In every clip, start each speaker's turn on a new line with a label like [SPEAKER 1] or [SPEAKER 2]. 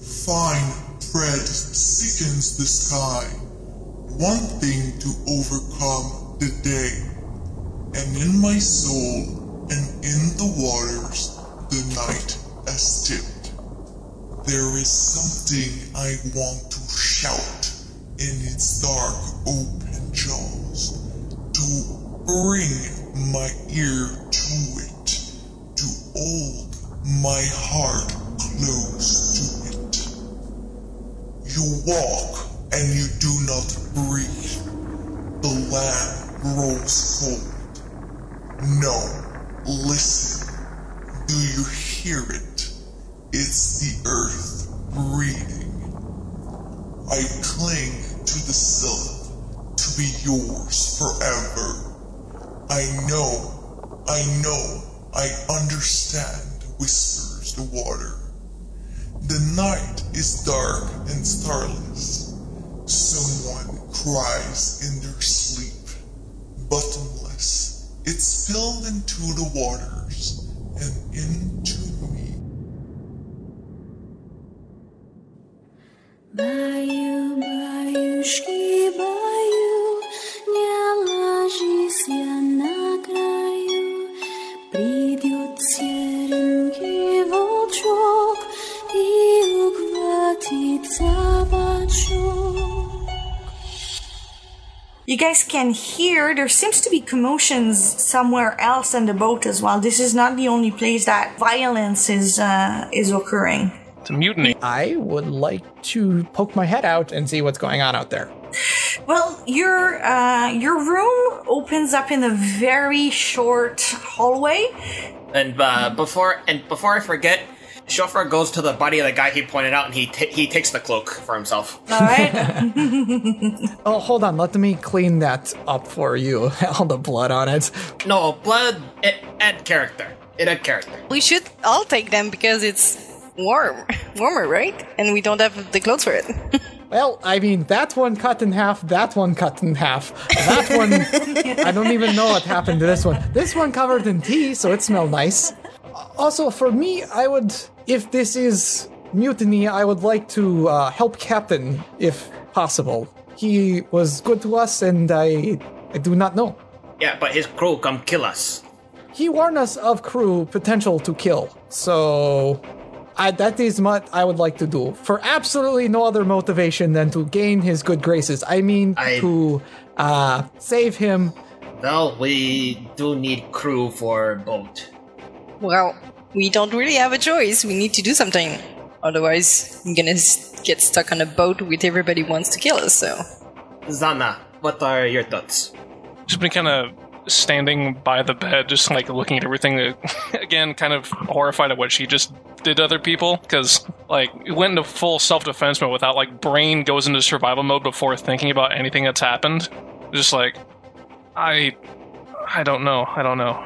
[SPEAKER 1] Fine thread sickens the sky. One thing to overcome the day. And in my soul and in the waters the night has tipped. There is something I want to shout in its dark open jaws. To bring my ear to it. To hold my heart close to it. You walk and you do not breathe. The land grows cold. No, listen. Do you hear it? It's the earth breathing. I cling to the silk to be yours forever. I know, I know, I understand, whispers the water. The night is dark and starless. Someone cries in their sleep, bottomless. It spilled into the waters and into me.
[SPEAKER 2] Bayou, баюшки, баю, не ложись я на краю. Придет серенький волчок и ухватит за бочок.
[SPEAKER 3] You guys can hear there seems to be commotions somewhere else in the boat as well. This is not the only place that violence is uh, is occurring.
[SPEAKER 4] It's a mutiny.
[SPEAKER 5] I would like to poke my head out and see what's going on out there.
[SPEAKER 3] Well, your uh, your room opens up in a very short hallway.
[SPEAKER 4] And uh, before and before I forget, Chauffeur goes to the body of the guy he pointed out, and he ta he takes the cloak for himself.
[SPEAKER 3] All right.
[SPEAKER 5] Oh, hold on. Let me clean that up for you. All the blood on it.
[SPEAKER 4] No blood. It add character. It add character.
[SPEAKER 6] We should all take them because it's warm, warmer, right? And we don't have the clothes for it.
[SPEAKER 5] Well, I mean, that one cut in half, that one cut in half, that one. I don't even know what happened to this one. This one covered in tea, so it smelled nice. Also, for me, I would, if this is mutiny, I would like to uh, help Captain if possible. He was good to us, and I, I do not know.
[SPEAKER 4] Yeah, but his crew come kill us.
[SPEAKER 5] He warned us of crew potential to kill, so I, that is what I would like to do for absolutely no other motivation than to gain his good graces. I mean,
[SPEAKER 4] I-
[SPEAKER 5] to uh, save him.
[SPEAKER 4] Well, we do need crew for boat.
[SPEAKER 6] well, we don't really have a choice. We need to do something. Otherwise, I'm gonna s- get stuck on a boat with everybody who wants to kill us. So
[SPEAKER 4] Zana, what are your thoughts?
[SPEAKER 7] Just been kind of standing by the bed, just like looking at everything. Again, kind of horrified at what she just did to other people because like it went into full self defense mode without like brain goes into survival mode before thinking about anything that's happened. Just like I, I don't know. I don't know.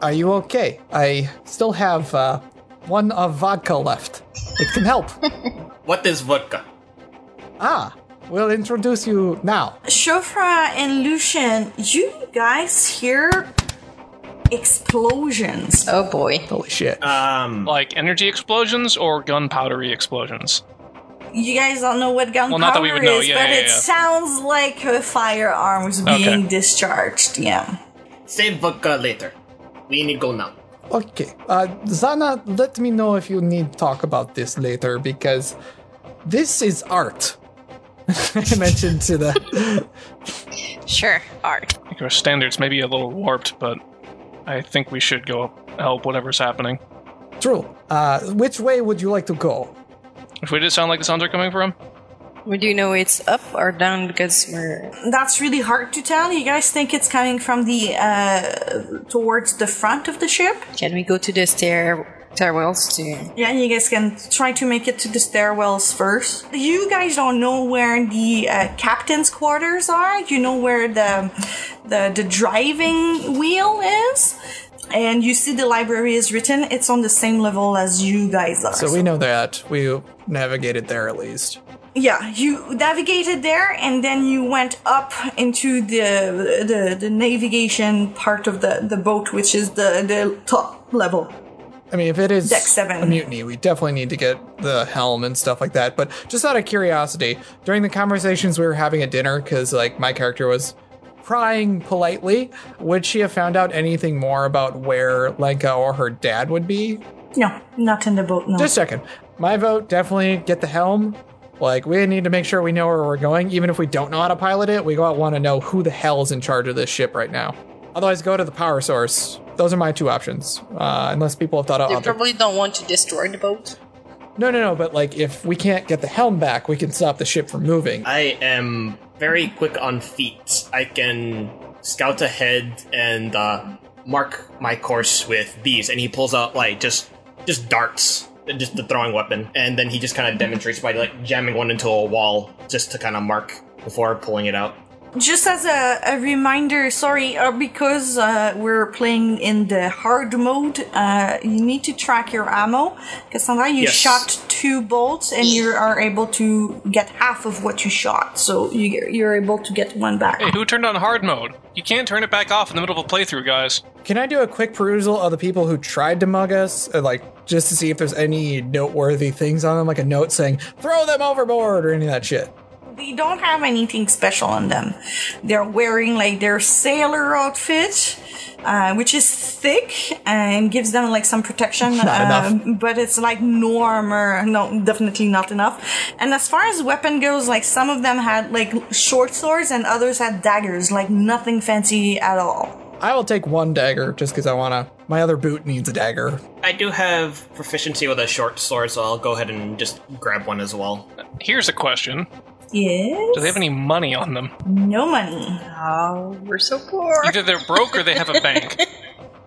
[SPEAKER 5] Are you okay? I still have uh, one of vodka left. It can help.
[SPEAKER 4] What is vodka?
[SPEAKER 5] ah, we'll introduce you now.
[SPEAKER 3] Shofra and Lucian, you guys hear explosions.
[SPEAKER 6] oh boy,
[SPEAKER 5] Holy shit.
[SPEAKER 4] Um,
[SPEAKER 7] Like energy explosions or gunpowdery explosions.
[SPEAKER 3] You guys don't know what gunpowder
[SPEAKER 7] not that we would know.
[SPEAKER 3] is,
[SPEAKER 7] Yeah,
[SPEAKER 3] but
[SPEAKER 7] yeah,
[SPEAKER 3] it
[SPEAKER 7] yeah.
[SPEAKER 3] sounds like a firearm is
[SPEAKER 7] Okay.
[SPEAKER 3] being discharged. Yeah.
[SPEAKER 4] save vodka later. We need go now.
[SPEAKER 5] Okay. Uh, Zana, let me know if you need talk about this later because this is art. I mentioned to the.
[SPEAKER 6] sure, art.
[SPEAKER 7] I think our standards may be a little warped, but I think we should go help whatever's happening.
[SPEAKER 5] True. Uh, which way would you like to go?
[SPEAKER 7] If we just sound like the sounds are coming from,
[SPEAKER 6] We do know it's up or down because we're
[SPEAKER 3] That's really hard to tell. You guys think it's coming from the uh towards the front of the ship?
[SPEAKER 6] Can we go to the stair stairwells to?
[SPEAKER 3] Yeah, you guys can try to make it to the stairwells first. You guys don't know where the uh, captain's quarters are. You know where the, the the driving wheel is, and you see the library is written. It's on the same level as you guys are.
[SPEAKER 5] So we know that. We navigated there at least.
[SPEAKER 3] yeah, you navigated there, and then you went up into the the, the navigation part of the the boat, which is the the top level.
[SPEAKER 5] I mean, if it is
[SPEAKER 3] Deck seven.
[SPEAKER 5] a mutiny, we definitely need to get the helm and stuff like that. But just out of curiosity, during the conversations we were having at dinner, because like my character was prying politely, would she have found out anything more about where Lenka or her dad would be?
[SPEAKER 3] No, not in the boat. No.
[SPEAKER 5] Just checking. My vote definitely get the helm. Like we need to make sure we know where we're going, even if we don't know how to pilot it. We want to know who the hell is in charge of this ship right now. Otherwise, go to the power source. Those are my two options. Uh, unless people have thought of
[SPEAKER 6] They
[SPEAKER 5] other.
[SPEAKER 6] probably don't want to destroy the boat.
[SPEAKER 5] No, no, no. But like, if we can't get the helm back, we can stop the ship from moving.
[SPEAKER 4] I am very quick on feet. I can scout ahead and uh, mark my course with these. And he pulls out like just just darts, just the throwing weapon, and then he just kind of demonstrates by like jamming one into a wall just to kind of mark before pulling it out.
[SPEAKER 3] Just as a, a reminder, sorry, uh, because uh, we're playing in the hard mode, uh, you need to track your ammo. Cassandra, you
[SPEAKER 4] Yes.
[SPEAKER 3] shot two bolts and you are able to get half of what you shot, so you, you're able to get one back.
[SPEAKER 7] Hey, who turned on hard mode? You can't turn it back off in the middle of a playthrough, guys.
[SPEAKER 5] Can I do a quick perusal of the people who tried to mug us, uh, like just to see if there's any noteworthy things on them, like a note saying "throw them overboard" or any of that shit?
[SPEAKER 3] They don't have anything special on them. They're wearing like their sailor outfit, uh, which is thick and gives them like some protection.
[SPEAKER 5] enough.
[SPEAKER 3] um, but it's like no armor, no, definitely not enough. And as far as weapon goes, like some of them had like short swords and others had daggers, like nothing fancy at all.
[SPEAKER 5] I will take one dagger just because I wanna. My other boot needs a dagger.
[SPEAKER 4] I do have proficiency with a short sword, so I'll go ahead and just grab one as well.
[SPEAKER 7] Here's a question:
[SPEAKER 3] Yes.
[SPEAKER 7] Do they have any money on them?
[SPEAKER 3] No money.
[SPEAKER 6] Oh, we're so poor.
[SPEAKER 7] Either they're broke or they have a bank.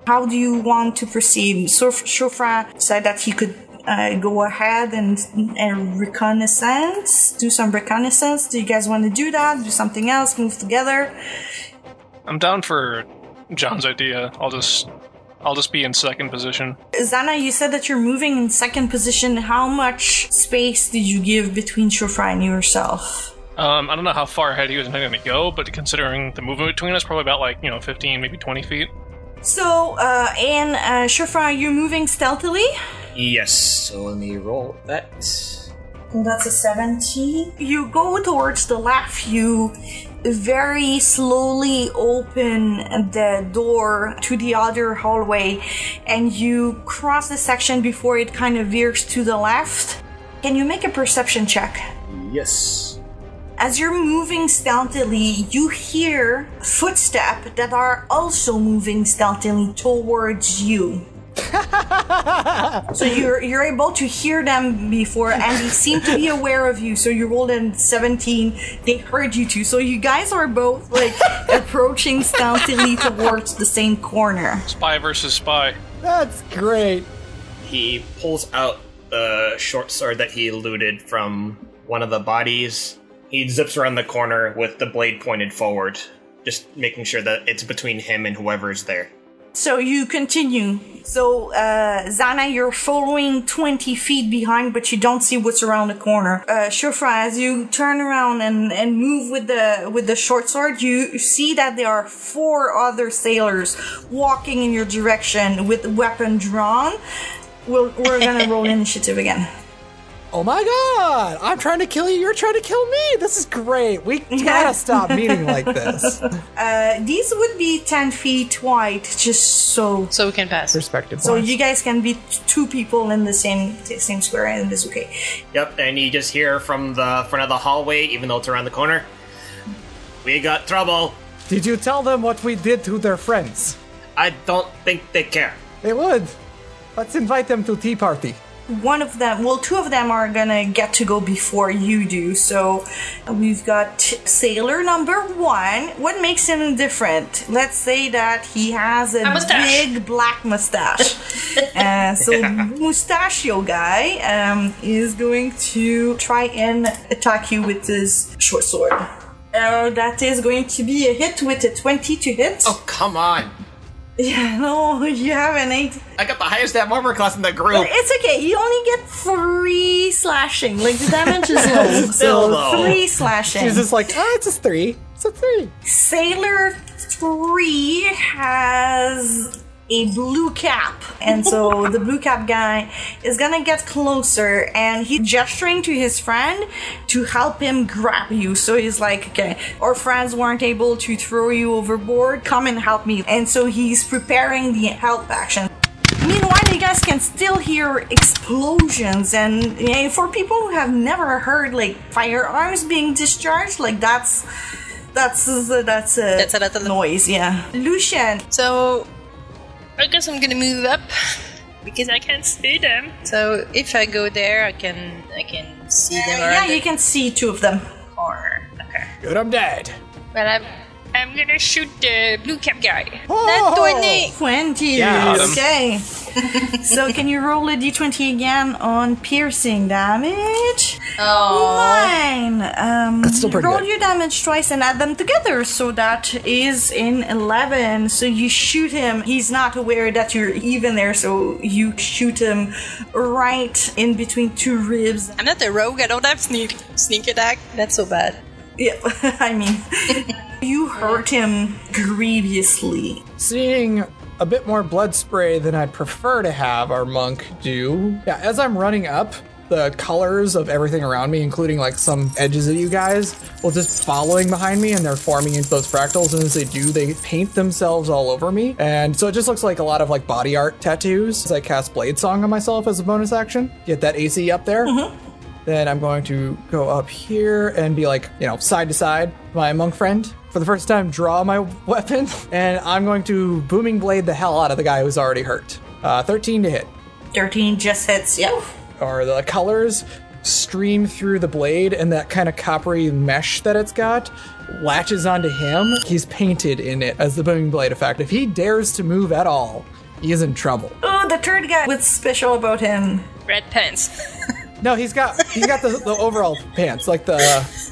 [SPEAKER 3] How do you want to proceed? So Shofra said that he could uh, go ahead and, and reconnaissance, do some reconnaissance. Do you guys want to do that? Do something else? Move together?
[SPEAKER 7] I'm down for John's idea. I'll just, I'll just be in second position.
[SPEAKER 3] Zana, you said that you're moving in second position. How much space did you give between Shofra and yourself?
[SPEAKER 7] Um, I don't know how far ahead he was intending to go, but considering the movement between us, probably about like you know 15, maybe 20 feet.
[SPEAKER 3] So, uh, and uh, Shofra, you're moving stealthily.
[SPEAKER 4] Yes, so let me roll that.
[SPEAKER 3] Oh, That's a 17. You go towards the left, you very slowly open the door to the other hallway and you cross the section before it kind of veers to the left. Can you make a perception check?
[SPEAKER 4] Yes.
[SPEAKER 3] As you're moving stealthily, you hear footsteps that are also moving stealthily towards you. so you're you're able to hear them before, and they seem to be aware of you. So you rolled in 17; they heard you too. So you guys are both like approaching stealthily towards the same corner.
[SPEAKER 7] Spy versus spy.
[SPEAKER 5] That's great.
[SPEAKER 4] He pulls out the short sword that he looted from one of the bodies. He zips around the corner with the blade pointed forward, just making sure that it's between him and whoever's there.
[SPEAKER 3] So you continue. So, uh, Zana, you're following 20 feet behind, but you don't see what's around the corner. Uh, Shufra, as you turn around and, and move with the, with the short sword, you see that there are four other sailors walking in your direction with weapon drawn. We'll, we're gonna roll initiative again.
[SPEAKER 5] Oh my god! I'm trying to kill you. You're trying to kill me. This is great. We gotta stop meeting like this.
[SPEAKER 3] Uh, these would be 10 feet wide, just so
[SPEAKER 6] so we can pass.
[SPEAKER 5] Perspective.
[SPEAKER 3] so you guys can be t- two people in the same same square, and it's okay.
[SPEAKER 4] Yep, and you just hear from the front of the hallway, even though it's around the corner, we got trouble.
[SPEAKER 5] Did you tell them what we did to their friends?
[SPEAKER 4] I don't think they care.
[SPEAKER 5] They would. Let's invite them to tea party.
[SPEAKER 3] one of them well two of them are gonna get to go before you do so we've got sailor number one what makes him different let's say that he has a,
[SPEAKER 6] A mustache.
[SPEAKER 3] big black mustache uh, so mustachio guy um, is going to try and attack you with his short sword uh, that is going to be a hit with a 20 to hit
[SPEAKER 4] Oh, come on.
[SPEAKER 3] yeah no you have an 8
[SPEAKER 4] I got the highest damn armor class in the group.
[SPEAKER 3] it's okay. You only get three slashing. Like the damage is low,
[SPEAKER 4] Still
[SPEAKER 3] so
[SPEAKER 4] low.
[SPEAKER 3] three slashing.
[SPEAKER 5] She's just like, ah, it's a three. It's a three.
[SPEAKER 3] Sailor three has a blue cap. And so the blue cap guy is gonna get closer and he's gesturing to his friend to help him grab you. So he's like, okay, our friends weren't able to throw you overboard, come and help me. And so he's preparing the help action. Meanwhile, you guys can still hear explosions, and eh, for people who have never heard like firearms being discharged, like that's that's that's a
[SPEAKER 6] That's a little-
[SPEAKER 3] noise. Yeah, Lucian,
[SPEAKER 6] So, I guess I'm gonna move up because I can't see them. So if I go there, I can I can see them
[SPEAKER 3] Uh, Yeah,
[SPEAKER 6] around
[SPEAKER 3] you
[SPEAKER 6] the
[SPEAKER 3] can see two of them.
[SPEAKER 6] corner. Okay.
[SPEAKER 5] Good, I'm dead.
[SPEAKER 6] But I'm I'm gonna shoot the blue cap guy.
[SPEAKER 5] Oh!
[SPEAKER 6] That twenty.
[SPEAKER 3] Twenty.
[SPEAKER 5] Yeah,
[SPEAKER 7] Adam.
[SPEAKER 3] okay. so can you roll a d20 again on piercing damage?
[SPEAKER 6] Oh.
[SPEAKER 3] Nine. Um,
[SPEAKER 5] That's still pretty
[SPEAKER 3] roll
[SPEAKER 5] good.
[SPEAKER 3] your damage twice and add them together, so that is in eleven. So you shoot him. He's not aware that you're even there, so you shoot him right in between two ribs.
[SPEAKER 6] I'm not a rogue. I don't have sneak sneak attack. That's so bad.
[SPEAKER 3] Yeah, I mean, you hurt him grievously.
[SPEAKER 5] Seeing a bit more blood spray than I'd prefer to have our monk do. Yeah, as I'm running up, the colors of everything around me, including like some edges of you guys, will just following behind me and they're forming into those fractals. And as they do, they paint themselves all over me. And so it just looks like a lot of like body art tattoos. As I cast Blade Song on myself as a bonus action, get that AC up there. Then I'm going to go up here and be like, you know, side to side, my monk friend. For the first time, draw my weapon, and I'm going to booming blade the hell out of the guy who's already hurt. Uh, 13 to hit.
[SPEAKER 3] Thirteen just hits. Yeah.
[SPEAKER 5] Or the colors stream through the blade, and that kind of coppery mesh that it's got latches onto him. He's painted in it as the booming blade effect. If he dares to move at all, he is in trouble.
[SPEAKER 3] Oh, the third guy. What's special about him?
[SPEAKER 6] Red pants.
[SPEAKER 5] No, he's got he's got the, the overall pants, like the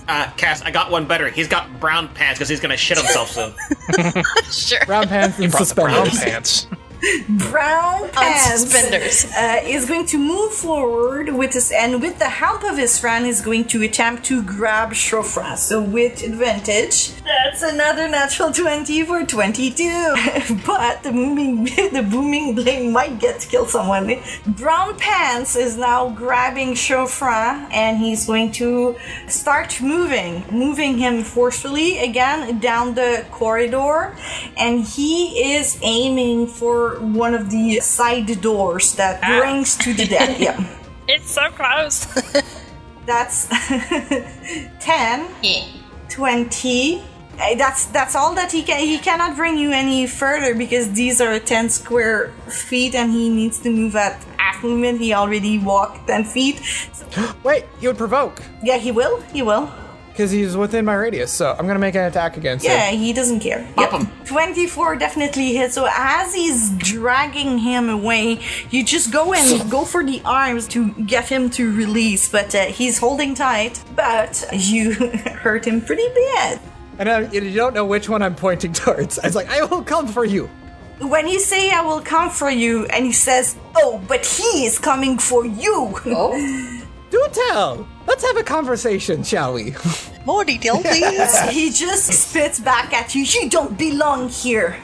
[SPEAKER 4] Uh, Cass, I got one better. He's got brown pants because he's gonna shit himself soon.
[SPEAKER 5] brown pants and
[SPEAKER 7] Brought the brown
[SPEAKER 5] suspenders.
[SPEAKER 7] pants.
[SPEAKER 3] brown pants
[SPEAKER 6] suspenders.
[SPEAKER 3] uh, is going to move forward with his and with the help of his friend is going to attempt to grab Shofra. So with advantage, that's another natural twenty for twenty-two. but the booming the booming blade might get to kill someone. Brown pants is now grabbing Shofra and he's going to start moving, moving him forcefully again down the corridor, and he is aiming for one of the side doors that brings to the dead. yeah.
[SPEAKER 6] It's so close.
[SPEAKER 3] That's 10,
[SPEAKER 6] yeah.
[SPEAKER 3] 20. Uh, That's that's all that he can. He cannot bring you any further because these are 10 square feet, and he needs to move at half movement. He already walked 10 feet. So,
[SPEAKER 5] Wait, he would provoke
[SPEAKER 3] yeah, he will. He will.
[SPEAKER 5] because he's within my radius. So I'm gonna make an attack against
[SPEAKER 3] Yeah,
[SPEAKER 5] him.
[SPEAKER 3] he doesn't care. Yep. 24 definitely hits. So as he's dragging him away, you just go and go for the arms to get him to release, but uh, he's holding tight. But you hurt him pretty bad.
[SPEAKER 5] And I, you don't know which one I'm pointing towards. I was like, I will come for you.
[SPEAKER 3] When you say I will come for you, and he says, "Oh, but he is coming for you."
[SPEAKER 5] Do tell. Let's have a conversation, shall we?
[SPEAKER 6] More detail, please.
[SPEAKER 3] he just spits back at you. You don't belong here.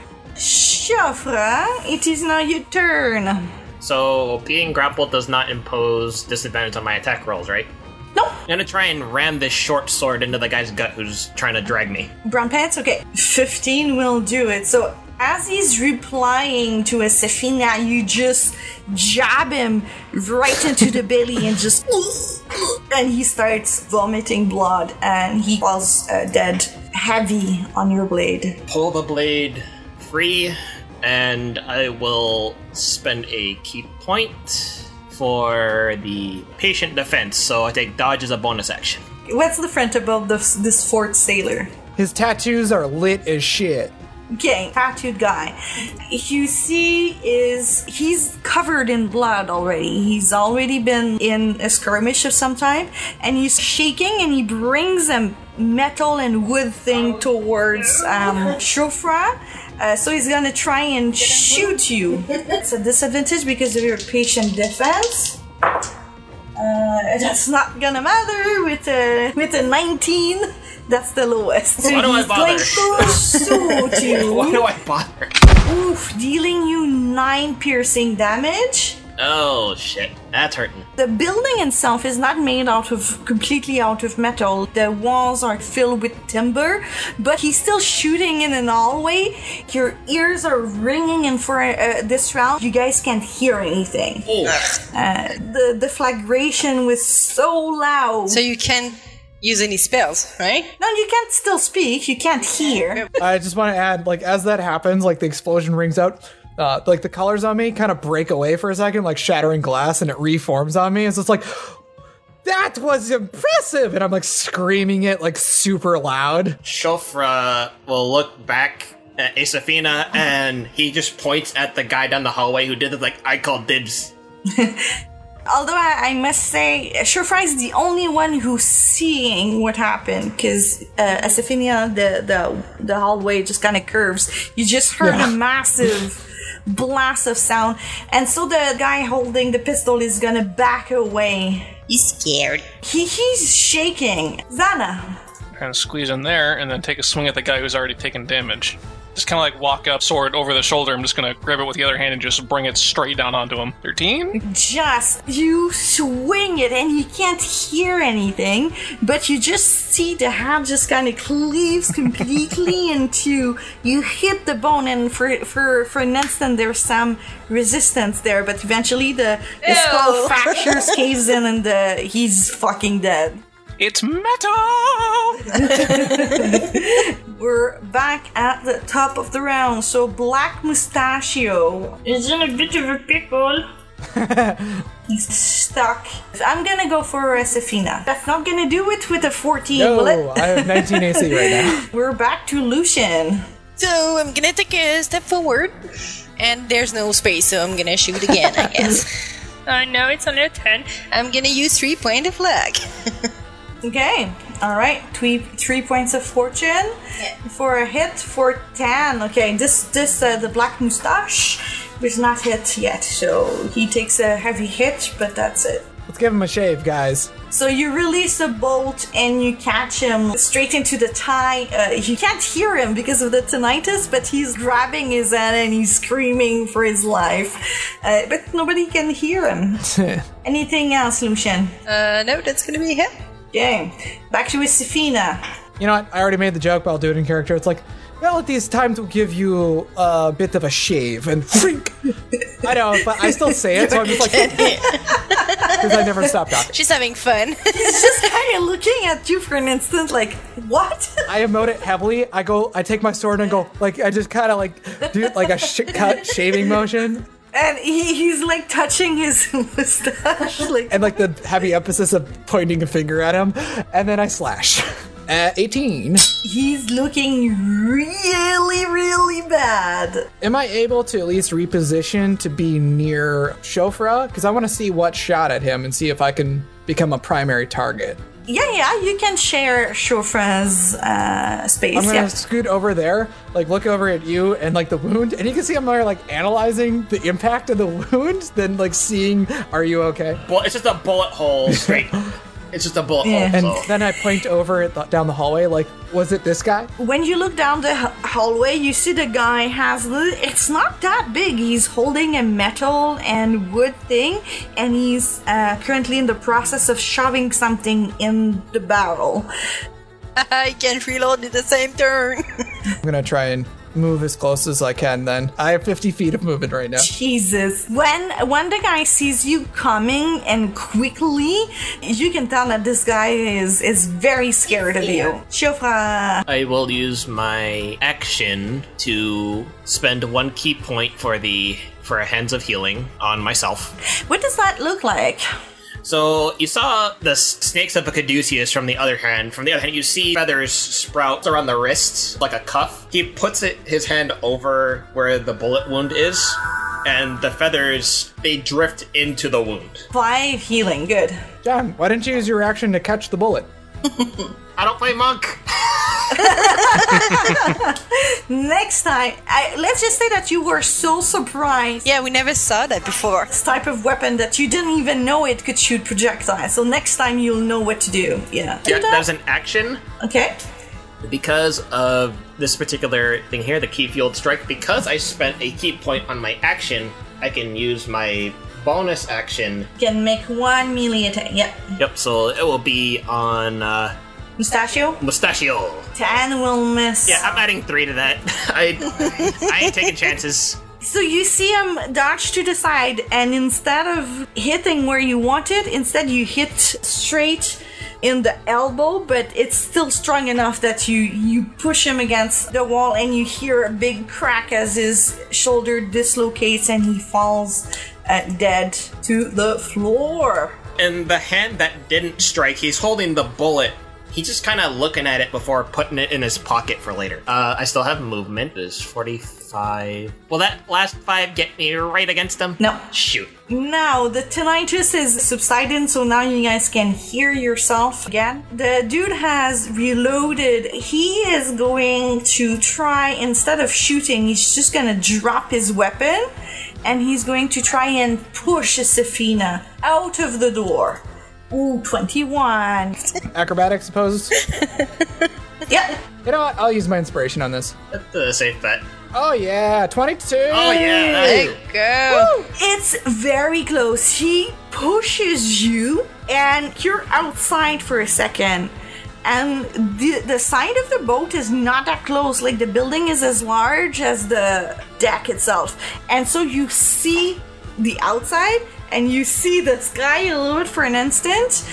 [SPEAKER 3] Shafra, it is now your turn.
[SPEAKER 4] So being grappled does not impose disadvantage on my attack rolls, right?
[SPEAKER 3] Nope.
[SPEAKER 4] I'm gonna try and ram this short sword into the guy's gut who's trying to drag me.
[SPEAKER 3] Brown pants? Okay. 15 will do it. So as he's replying to a Safina, you just jab him right into the belly and just. And he starts vomiting blood and he falls uh, dead, heavy on your blade.
[SPEAKER 4] Pull the blade free, and I will spend a key point for the patient defense. So I take dodge as a bonus action.
[SPEAKER 3] What's the front above this, this fourth sailor?
[SPEAKER 5] His tattoos are lit as shit.
[SPEAKER 3] Okay, tattooed guy. You see, is he's covered in blood already. He's already been in a skirmish of some type, and he's shaking, and he brings a metal and wood thing towards um, Shofra. Uh, so he's gonna try and shoot you. It's a disadvantage because of your patient defense. Uh, that's not gonna matter with a with a 19. That's the lowest. So
[SPEAKER 4] Why do I
[SPEAKER 3] he's
[SPEAKER 4] bother?
[SPEAKER 3] going to shoot you.
[SPEAKER 4] Why do Oh, I bother?
[SPEAKER 3] Oof, dealing you nine piercing damage.
[SPEAKER 4] Oh shit, that's hurting.
[SPEAKER 3] The building itself is not made out of completely out of metal. The walls are filled with timber, but he's still shooting in an hallway. Your ears are ringing, and for uh, this round, you guys can't hear anything.
[SPEAKER 4] Oh,
[SPEAKER 3] Uh, the the flagration was so loud.
[SPEAKER 6] So you can use any spells, right?
[SPEAKER 3] no, you can't still speak. You can't hear.
[SPEAKER 5] I just want to add, like, as that happens, like the explosion rings out, uh, like the colors on me kind of break away for a second, like shattering glass, and it reforms on me. It's just like, that was impressive, and I'm like screaming it like super loud.
[SPEAKER 4] Shofra will look back at Asafina and he just points at the guy down the hallway who did it. Like I call dibs.
[SPEAKER 3] Although I, I must say, Shofra is the only one who's seeing what happened because uh, Asaphinia, the, the the hallway just kind of curves. You just heard a massive blast of sound, and so the guy holding the pistol is gonna back away.
[SPEAKER 6] He's scared.
[SPEAKER 3] He, he's shaking. Zana,
[SPEAKER 7] kind of squeeze in there and then take a swing at the guy who's already taken damage. Just kind of like walk up, sword over the shoulder. I'm just gonna grab it with the other hand and just bring it straight down onto him. Thirteen.
[SPEAKER 3] just you swing it, and you can't hear anything, but you just see the hand just kind of cleaves completely into. You hit the bone, and for for for an instant there's some resistance there, but eventually the, the skull
[SPEAKER 6] Ew.
[SPEAKER 3] fractures, caves in, and the he's fucking dead.
[SPEAKER 7] It's metal.
[SPEAKER 3] We're back at the top of the round, so Black Mustachio is in a bit of a pickle. He's stuck. I'm gonna go for Resifina. That's not gonna do it with a 14, will
[SPEAKER 5] No,
[SPEAKER 3] it?
[SPEAKER 5] Oh, I have 19 AC right now.
[SPEAKER 3] We're back to Lucian.
[SPEAKER 6] So I'm gonna take a step forward, and there's no space, so I'm gonna shoot again, I guess.
[SPEAKER 8] I know it's on your turn.
[SPEAKER 6] I'm gonna use three point of luck.
[SPEAKER 3] Okay, alright. Three, three points of fortune for a hit for 10. Okay, this, this uh, the Black Mustache was not hit yet, so he takes a heavy hit, but that's it.
[SPEAKER 5] Let's give him a shave, guys.
[SPEAKER 3] So you release a bolt and you catch him straight into the tie. Uh, you can't hear him because of the tinnitus, but he's grabbing his head and he's screaming for his life. Uh, but nobody can hear him. Anything else, Lucian?
[SPEAKER 6] Uh, no, that's gonna be him.
[SPEAKER 3] Okay, back to Isifina.
[SPEAKER 5] You know what? I already made the joke, but I'll do it in character. It's like, well, it is time to give you a bit of a shave, and freak. I know, but I still say it, so I'm just like, because I never stop talking.
[SPEAKER 6] She's having fun.
[SPEAKER 3] He's just kind of looking at you for an instant, like, what?
[SPEAKER 5] I emote it heavily. I go, I take my sword and I go, like, I just kind of like do like a sh- cut shaving motion,
[SPEAKER 3] And he, he's like touching his mustache, like,
[SPEAKER 5] and like the heavy emphasis of pointing a finger at him, and then I slash. Uh, 18.
[SPEAKER 3] he's looking really, really bad.
[SPEAKER 5] Am I able to at least reposition to be near Shofra? Because I want to see what shot at him and see if I can become a primary target.
[SPEAKER 3] Yeah, yeah, you can share Shofra's uh, space.
[SPEAKER 5] I'm gonna
[SPEAKER 3] yeah.
[SPEAKER 5] scoot over there, like look over at you and like the wound, and you can see I'm there like analyzing the impact of the wound, then like seeing are you okay?
[SPEAKER 4] Well, it's just a bullet hole straight. it's just a bullet
[SPEAKER 3] Yeah.
[SPEAKER 5] And
[SPEAKER 4] hole. so-
[SPEAKER 5] then I point over at the, down the hallway, like was it this guy?
[SPEAKER 3] When you look down the h- hallway, you see the guy has. the- It's not that big. He's holding a metal and wood thing, and he's uh, currently in the process of shoving something in the barrel.
[SPEAKER 6] I can't reload in the same turn.
[SPEAKER 5] I'm gonna try and move as close as I can. Then I have 50 feet of movement right now.
[SPEAKER 3] Jesus. When when the guy sees you coming and quickly, you can tell that this guy is is very scared of you. Shofra.
[SPEAKER 4] I will use my action to spend one key point for the for hands of healing on myself.
[SPEAKER 3] What does that look like?
[SPEAKER 4] So you saw the s- snakes of a caduceus from the other hand. From the other hand, you see feathers sprout around the wrist like a cuff. He puts it his hand over where the bullet wound is, and the feathers they drift into the wound.
[SPEAKER 3] Five healing. Good.
[SPEAKER 5] John, why didn't you use your action to catch the bullet?
[SPEAKER 4] I don't play monk.
[SPEAKER 3] Next time, I, let's just say that you were so surprised
[SPEAKER 6] yeah, we never saw that before.
[SPEAKER 3] this type of weapon that you didn't even know it could shoot projectiles. So next time you'll know what to do. Yeah.
[SPEAKER 4] Yeah, that was an action.
[SPEAKER 3] Okay.
[SPEAKER 4] because of this particular thing here, the key field strike, because I spent a key point on my action, I can use my bonus action.
[SPEAKER 3] Can make one melee attack. Yep.
[SPEAKER 4] Yep, so it will be on uh,
[SPEAKER 3] Mustachio.
[SPEAKER 4] Mustachio.
[SPEAKER 3] Ten will miss.
[SPEAKER 4] Yeah, I'm adding three to that. I, I ain't taking chances.
[SPEAKER 3] So you see him dodge to the side, and instead of hitting where you wanted, instead you hit straight in the elbow, but it's still strong enough that you you push him against the wall, and you hear a big crack as his shoulder dislocates, and he falls uh, dead to the floor.
[SPEAKER 4] And the hand that didn't strike, he's holding the bullet. He's just kind of looking at it before putting it in his pocket for later. Uh, I still have movement. Is 45. Will that last five get me right against him?
[SPEAKER 3] No.
[SPEAKER 4] Shoot.
[SPEAKER 3] Now the tinnitus is subsiding, so now you guys can hear yourself again. The dude has reloaded. He is going to try instead of shooting, he's just gonna drop his weapon, and he's going to try and push Safina out of the door. Ooh, 21.
[SPEAKER 5] Acrobatics, suppose.
[SPEAKER 3] Yep.
[SPEAKER 5] you know what? I'll use my inspiration on this.
[SPEAKER 4] That's a safe bet.
[SPEAKER 5] Oh yeah, 22.
[SPEAKER 4] Oh, yeah. that-
[SPEAKER 6] Go.
[SPEAKER 3] It's very close. He pushes you, and you're outside for a second. And the, the side of the boat is not that close. Like the building is as large as the deck itself. And so you see the outside and you see the sky a little bit for an instant.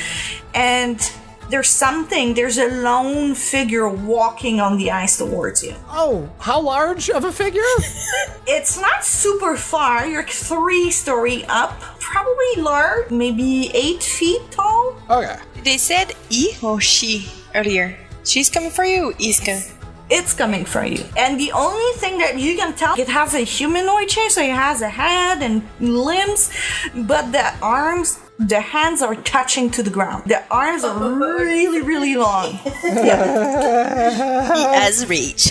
[SPEAKER 3] And there's something, there's a lone figure walking on the ice towards you.
[SPEAKER 5] Oh, how large of a figure?
[SPEAKER 3] It's not super far. You're three story up, probably large, maybe eight feet tall.
[SPEAKER 5] okay.
[SPEAKER 6] They said he or she earlier. She's coming for you, Iska.
[SPEAKER 3] It's coming for you. And the only thing that you can tell, it has a humanoid shape, so it has a head and limbs, but the arms, the hands are touching to the ground. The arms are really, really long.
[SPEAKER 6] He has reach.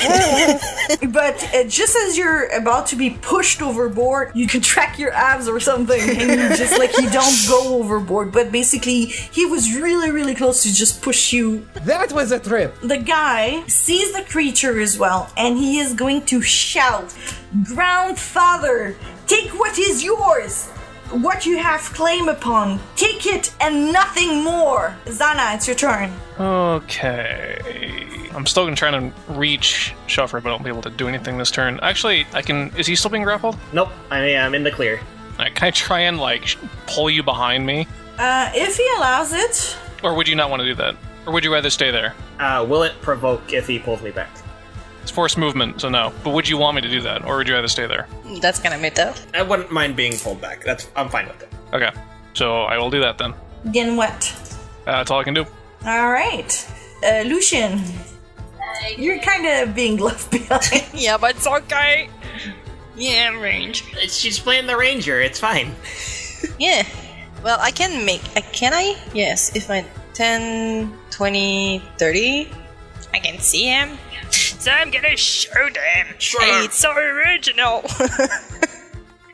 [SPEAKER 3] But uh, just as you're about to be pushed overboard, you contract your abs or something, and you just like you don't go overboard. But basically, he was really, really close to just push you
[SPEAKER 5] That was a trip.
[SPEAKER 3] the guy sees the creature as well, and he is going to shout, Grandfather, take what is yours! What you have claim upon. Take it and nothing more! Zana, it's your turn.
[SPEAKER 7] Okay. I'm still gonna try and reach Shuffer, but I won't be able to do anything this turn. Actually, I can. Is he still being grappled?
[SPEAKER 4] Nope, I am in the clear.
[SPEAKER 7] Alright, can I try and like sh- pull you behind me,
[SPEAKER 3] Uh, if he allows it,
[SPEAKER 7] or would you not want to do that, or would you rather stay there?
[SPEAKER 4] Uh, will it provoke if he pulls me back?
[SPEAKER 7] It's forced movement, so no. But would you want me to do that, or would you rather stay there?
[SPEAKER 6] That's kind of meta.
[SPEAKER 4] I wouldn't mind being pulled back. That's I'm fine with it.
[SPEAKER 7] Okay, so I will do that then.
[SPEAKER 3] then what?
[SPEAKER 7] Uh, that's all I can do.
[SPEAKER 3] Alright. Uh, Lucian, you're kind of being left behind.
[SPEAKER 6] Yeah, but it's okay.
[SPEAKER 8] Yeah, range.
[SPEAKER 4] It's- She's playing the ranger. It's fine.
[SPEAKER 6] Yeah. Well, I can make. Uh, can I? Yes, if I. 10, 20, 30.
[SPEAKER 8] I can see him. So I'm gonna show them.
[SPEAKER 4] Sure.
[SPEAKER 6] It's so original.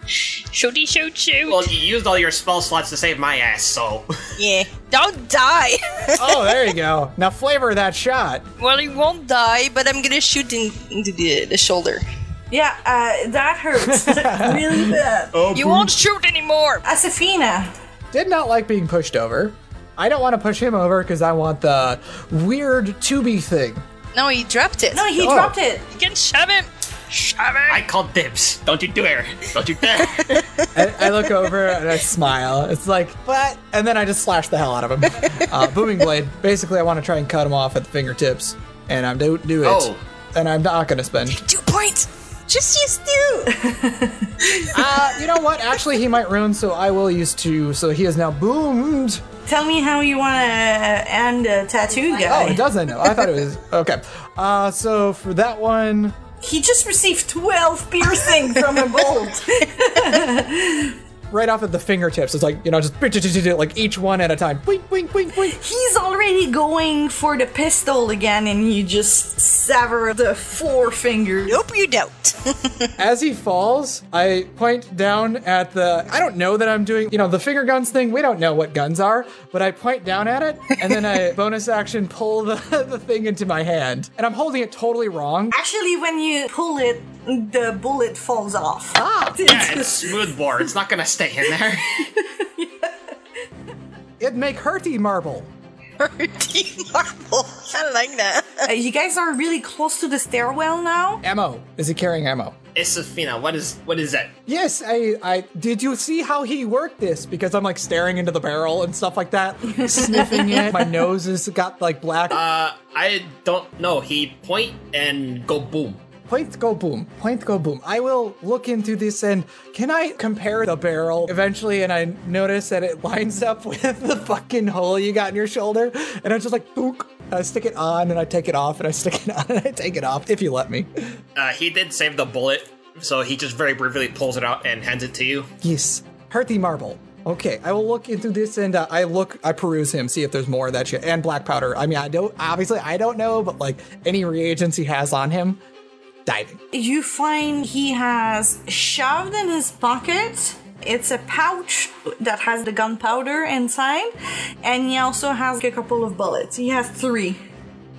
[SPEAKER 8] Shooty shoot shoot.
[SPEAKER 4] Well, you used all your spell slots to save my ass, so
[SPEAKER 6] yeah. Don't die.
[SPEAKER 5] Oh, there you go. Now flavor that shot.
[SPEAKER 6] well, he won't die, but I'm gonna shoot in, into the, the shoulder.
[SPEAKER 3] yeah, uh, that hurts. really bad.
[SPEAKER 4] Oh.
[SPEAKER 3] Uh,
[SPEAKER 6] You won't shoot anymore.
[SPEAKER 3] Asafina,
[SPEAKER 5] Did not like being pushed over. I don't want to push him over because I want the weird 2B thing.
[SPEAKER 6] No, he dropped it.
[SPEAKER 3] no, he
[SPEAKER 5] Oh.
[SPEAKER 3] dropped it.
[SPEAKER 6] you can shove him.
[SPEAKER 8] Shove it.
[SPEAKER 4] I called dibs. Don't you dare! Don't you dare!
[SPEAKER 5] I, I look over and I smile. It's like, what? And then I just slash the hell out of him. Uh, booming blade. Basically, I want to try and cut him off at the fingertips, and I'm do do it.
[SPEAKER 4] Oh.
[SPEAKER 5] And I'm not gonna spend.
[SPEAKER 6] Two points. Just use two.
[SPEAKER 5] Uh, you know what? Actually, he might ruin, so I will use two. So he is now boomed.
[SPEAKER 3] Tell me how you want to end a tattoo
[SPEAKER 5] Oh, it
[SPEAKER 3] guy.
[SPEAKER 5] doesn't know. I thought it was okay. Uh, so for that one,
[SPEAKER 3] he just received 12 piercing from a bolt.
[SPEAKER 5] right off at the fingertips. It's like you know, just like each one at a time. Boink, boink, boink, boink.
[SPEAKER 3] He's already going for the pistol again, and you just sever the forefinger.
[SPEAKER 6] Nope, you don't.
[SPEAKER 5] As he falls, I point down at the. I don't know that I'm doing, you know, the finger guns thing. We don't know what guns are, but I point down at it, and then I bonus action pull the, the thing into my hand, and I'm holding it totally wrong.
[SPEAKER 3] Actually, when you pull it, the bullet falls off.
[SPEAKER 5] Ah,
[SPEAKER 4] Yeah, it's smooth bore. It's not gonna stay in there.
[SPEAKER 5] it make hurty marble.
[SPEAKER 6] Dirty marble. I like that.
[SPEAKER 3] Uh, you guys are really close to the stairwell now.
[SPEAKER 5] Ammo. Is he carrying ammo?
[SPEAKER 4] Isafina, what is what is that?
[SPEAKER 5] Yes, I, I did. You see how he worked this? Because I'm like staring into the barrel and stuff like that, sniffing it. My nose has got like black.
[SPEAKER 4] Uh, I don't know. He point and go boom.
[SPEAKER 5] Point go boom. Point go boom. I will look into this and can I compare the barrel eventually? And I notice that it lines up with the fucking hole you got in your shoulder. And I'm just like, book. I stick it on and I take it off and I stick it on and I take it off. If you let me.
[SPEAKER 4] Uh, he did save the bullet, so he just very briefly pulls it out and hands it to you.
[SPEAKER 5] Yes. Hearty marble. Okay, I will look into this and uh, I look, I peruse him, see if there's more of that shit. And black powder. I mean, I don't, obviously, I don't know, but like any reagents he has on him, diving.
[SPEAKER 3] You find he has shoved in his pocket. It's a pouch that has the gunpowder inside, and he also has a couple of bullets. He has three.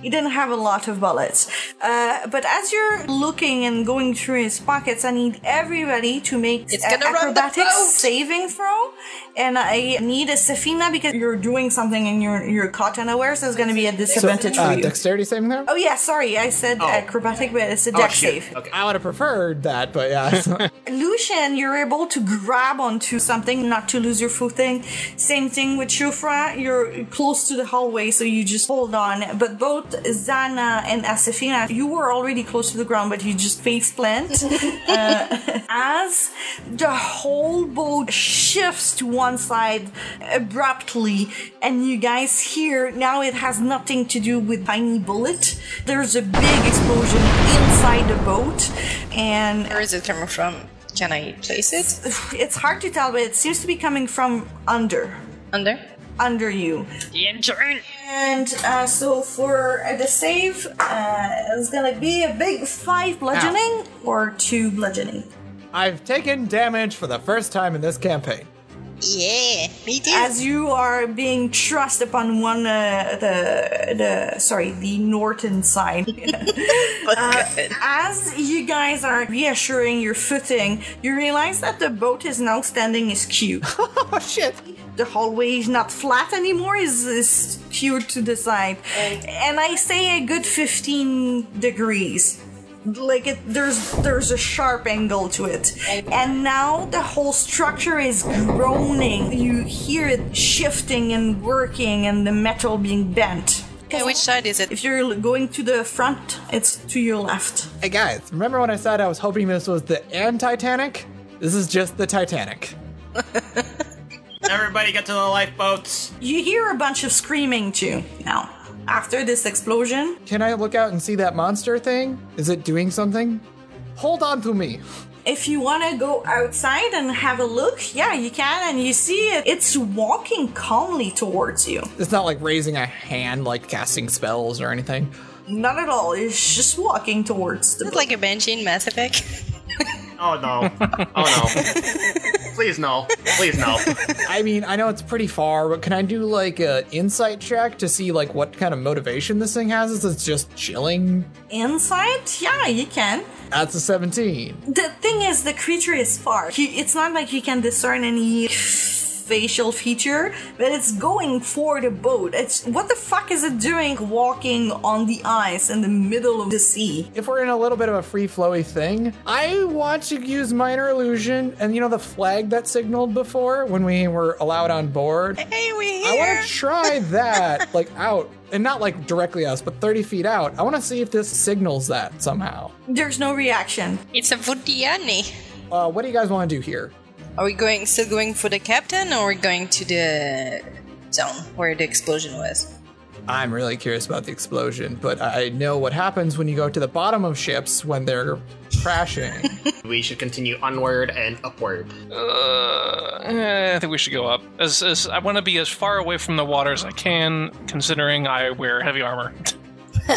[SPEAKER 3] He didn't have a lot of bullets. Uh, but as you're looking and going through his pockets, I need everybody to make
[SPEAKER 6] It's
[SPEAKER 3] a
[SPEAKER 6] gonna run the
[SPEAKER 3] acrobatic
[SPEAKER 6] boat.
[SPEAKER 3] saving throw, and I need a Safina because you're doing something and you're you're caught unaware, so it's going to be a disadvantage
[SPEAKER 5] Uh,
[SPEAKER 3] for you.
[SPEAKER 5] dexterity saving throw?
[SPEAKER 3] Oh yeah, sorry, I said acrobatic, but it's a
[SPEAKER 6] Oh,
[SPEAKER 3] deck
[SPEAKER 4] shit.
[SPEAKER 3] save.
[SPEAKER 4] Okay.
[SPEAKER 5] I would have preferred that, but yeah.
[SPEAKER 3] Lucian, you're able to grab onto something, not to lose your footing. Same thing with Shufra, you're close to the hallway, so you just hold on. But both Zana and Asafina, you were already close to the ground, but you just face plant. Uh, as the whole boat shifts to one side abruptly, and you guys hear now it has nothing to do with tiny bullet. There's a big explosion inside the boat, and
[SPEAKER 6] Where is it coming from? Can I place it?
[SPEAKER 3] it's hard to tell, but it seems to be coming from under,
[SPEAKER 6] Under?
[SPEAKER 3] under you.
[SPEAKER 8] The intern.
[SPEAKER 3] And uh, so for uh, the save, uh, it's gonna be a big five bludgeoning or two bludgeoning.
[SPEAKER 5] I've taken damage for the first time in this campaign.
[SPEAKER 6] Yeah, me too.
[SPEAKER 3] As you are being thrust upon one uh, the the sorry the Norton side. As you guys are reassuring your footing, you realize that the boat is now standing askew.
[SPEAKER 5] Oh, shit.
[SPEAKER 3] the hallway is not flat anymore is is skewed to the side and i say a good 15 degrees like it, there's there's a sharp angle to it and now the whole structure is groaning you hear it shifting and working and the metal being bent
[SPEAKER 6] okay, which side is it?
[SPEAKER 3] if you're going to the front it's to your left
[SPEAKER 5] Hey, guys, remember when I said I was hoping this was the end Titanic? This is just the Titanic.
[SPEAKER 4] Everybody get to the lifeboats.
[SPEAKER 3] you hear a bunch of screaming too now after this explosion
[SPEAKER 5] Can I look out and see that monster thing? Is it doing something? Hold on to me.
[SPEAKER 3] If you want to go outside and have a look, yeah, you can. And you see it, it's walking calmly towards you.
[SPEAKER 5] It's not like raising a hand, like casting spells or anything.
[SPEAKER 3] Not at all. It's just walking towards the
[SPEAKER 6] Is it like a banshee in Mass Effect?
[SPEAKER 4] Oh no. Oh no. Please no. Please no.
[SPEAKER 5] I mean, I know it's pretty far, but can I do like an insight check to see like what kind of motivation this thing has? Is it's just chilling?
[SPEAKER 3] inside. Yeah, you can.
[SPEAKER 5] That's a 17.
[SPEAKER 3] The thing is, the creature is far. He, it's not like you can discern any facial feature, but it's going for the boat. It's what the fuck is it doing walking on the ice in the middle of the sea?
[SPEAKER 5] If we're in a little bit of a free flowy thing, I want to use minor illusion and you know the flag that signaled before when we were allowed on board.
[SPEAKER 6] hey, we
[SPEAKER 5] I
[SPEAKER 6] here.
[SPEAKER 5] want to try that, like out, and not like directly us, but 30 feet out. I want to see if this signals that somehow.
[SPEAKER 3] There's no reaction.
[SPEAKER 6] It's a Vudiani.
[SPEAKER 5] Uh, what do you guys want to do here?
[SPEAKER 6] Are we going still going for the captain, or are we going to the zone where the explosion was?
[SPEAKER 5] I'm really curious about the explosion, but I know what happens when you go to the bottom of ships when they're crashing.
[SPEAKER 4] We should continue onward and upward.
[SPEAKER 7] Uh, eh, I think we should go up. As, as I want to be as far away from the water as I can, considering I wear heavy armor.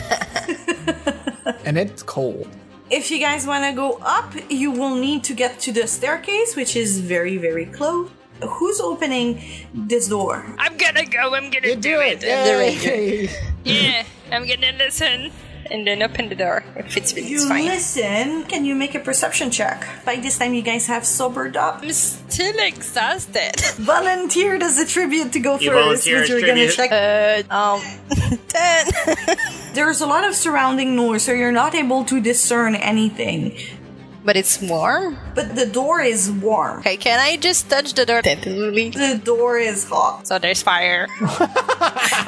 [SPEAKER 5] and it's cold.
[SPEAKER 3] If you guys want to go up, you will need to get to the staircase, which is very, very close. Who's opening this door?
[SPEAKER 8] I'm gonna go. I'm gonna do, it.
[SPEAKER 5] Yay!
[SPEAKER 8] Yeah, I'm gonna listen.
[SPEAKER 6] And then open the door. If it's,
[SPEAKER 3] You
[SPEAKER 6] it's fine.
[SPEAKER 3] listen. Can you make a perception check? By this time, you guys have sobered up.
[SPEAKER 6] I'm still exhausted.
[SPEAKER 3] Volunteer does a tribute to go
[SPEAKER 4] You
[SPEAKER 3] first,
[SPEAKER 4] volunteer
[SPEAKER 3] which
[SPEAKER 4] as
[SPEAKER 3] you're gonna
[SPEAKER 4] tribute.
[SPEAKER 3] check.
[SPEAKER 6] Uh, um, ten.
[SPEAKER 3] There's a lot of surrounding noise, so you're not able to discern anything.
[SPEAKER 6] but it's warm.
[SPEAKER 3] But the door is warm.
[SPEAKER 6] Okay, can I just touch the door tentatively?
[SPEAKER 3] The door is hot.
[SPEAKER 6] So there's fire.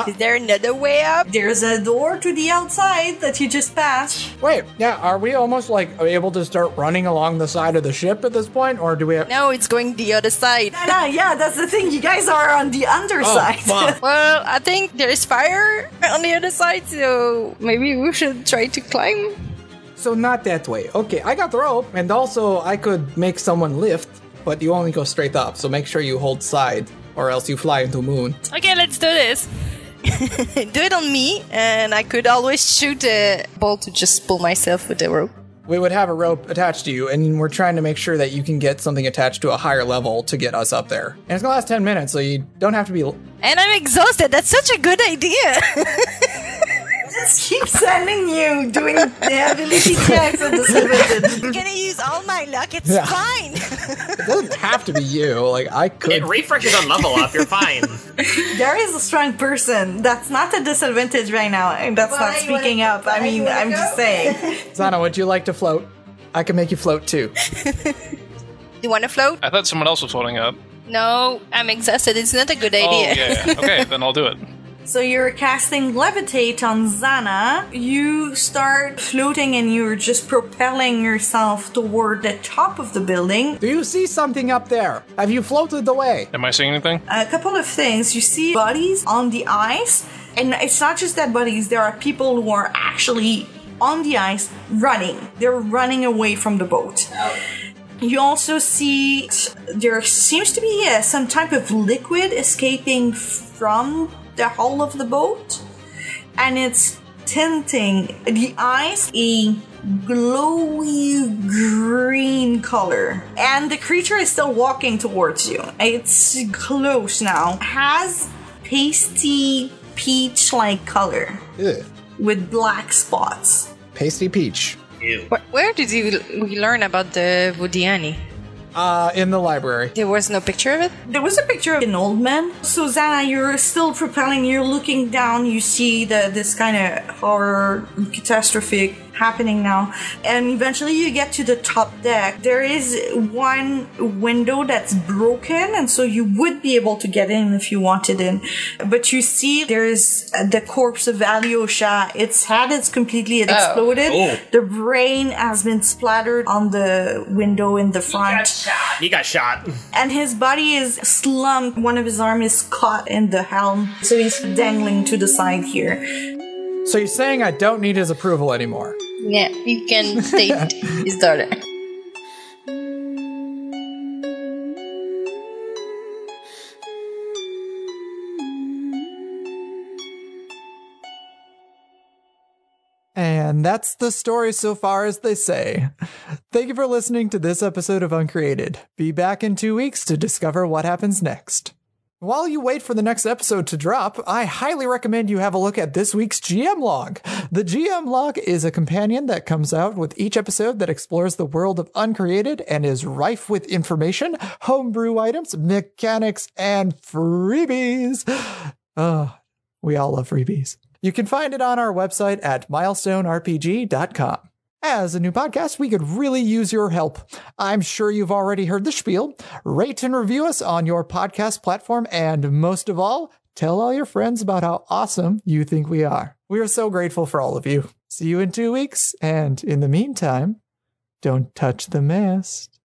[SPEAKER 6] Is there another way up?
[SPEAKER 3] There's a door to the outside that you just passed.
[SPEAKER 5] Wait, yeah, are we almost like able to start running along the side of the ship at this point, or do we have?
[SPEAKER 6] No, it's going the other side.
[SPEAKER 3] Ah, yeah, that's the thing. You guys are on the underside.
[SPEAKER 5] fuck.
[SPEAKER 6] Well, I think there's fire on the other side, so maybe we should try to climb.
[SPEAKER 5] So not that way. Okay, I got the rope, and also I could make someone lift, but you only go straight up. So make sure you hold side, or else you fly into moon.
[SPEAKER 8] Okay, let's do this.
[SPEAKER 6] Do it on me, and I could always shoot a ball to just pull myself with the rope.
[SPEAKER 5] We would have a rope attached to you, and we're trying to make sure that you can get something attached to a higher level to get us up there. And it's gonna last ten minutes, so you don't have to be.
[SPEAKER 6] And I'm exhausted. That's such a good idea.
[SPEAKER 3] Just keep sending you doing the ability checks of this division.
[SPEAKER 6] I'm gonna use all my luck. It's
[SPEAKER 5] Yeah.
[SPEAKER 6] fine.
[SPEAKER 5] It doesn't have to be you. Like I
[SPEAKER 4] It
[SPEAKER 5] could.
[SPEAKER 4] refreshes on level up. You're fine.
[SPEAKER 3] There is a strong person. That's not a disadvantage right now. and That's not
[SPEAKER 6] Why you
[SPEAKER 3] speaking
[SPEAKER 6] wanna-
[SPEAKER 3] up. I
[SPEAKER 6] why you
[SPEAKER 3] mean,
[SPEAKER 6] wanna
[SPEAKER 3] I'm
[SPEAKER 6] go?
[SPEAKER 3] just saying.
[SPEAKER 5] Zana, would you like to float? I can make you float too.
[SPEAKER 6] you want to float?
[SPEAKER 7] I thought someone else was floating up.
[SPEAKER 6] No, I'm exhausted. It's not a good idea.
[SPEAKER 7] Oh, yeah, yeah. Okay, then I'll do it.
[SPEAKER 3] So you're casting levitate on Zana. You start floating and you're just propelling yourself toward the top of the building.
[SPEAKER 5] Do you see something up there? Have you floated away?
[SPEAKER 7] Am I seeing anything?
[SPEAKER 3] a couple of things. You see bodies on the ice, and it's not just dead bodies, there are people who are actually on the ice running. They're running away from the boat. You also see there seems to be uh, some type of liquid escaping from the hull of the boat, and it's tinting the ice a glowy green color. And the creature is still walking towards you. It's close now. Has pasty peach like color
[SPEAKER 5] Ugh.
[SPEAKER 3] with black spots.
[SPEAKER 5] Pasty peach.
[SPEAKER 6] Where, where did you, we learn about the Vodiani?
[SPEAKER 5] Uh, in the library.
[SPEAKER 6] There was no picture of it.
[SPEAKER 3] There was a picture of an old man. Susanna, you're still propelling, you're looking down, you see the, this kind of horror catastrophe happening now. And eventually you get to the top deck. There is one window that's broken, and so you would be able to get in if you wanted in. But you see there's the corpse of Alyosha. Its head is completely it exploded. The brain has been splattered on the window in the front
[SPEAKER 4] You got shot.
[SPEAKER 3] and his body is slumped. One of his arm is caught in the helm, so he's dangling to the side here.
[SPEAKER 5] So you're saying I don't need his approval anymore?
[SPEAKER 6] Yeah, you can date his daughter.
[SPEAKER 5] And that's the story so far as they say. Thank you for listening to this episode of Uncreated. Be back in two weeks to discover what happens next. While you wait for the next episode to drop, I highly recommend you have a look at this week's GM log. The GM log is a companion that comes out with each episode that explores the world of Uncreated and is rife with information, homebrew items, mechanics, and freebies. Ugh. We all love freebies. You can find it on our website at milestonerpg.com. As a new podcast, we could really use your help. I'm sure you've already heard the spiel. Rate and review us on your podcast platform. And most of all, tell all your friends about how awesome you think we are. We are so grateful for all of you. See you in two weeks. And in the meantime, don't touch the mist.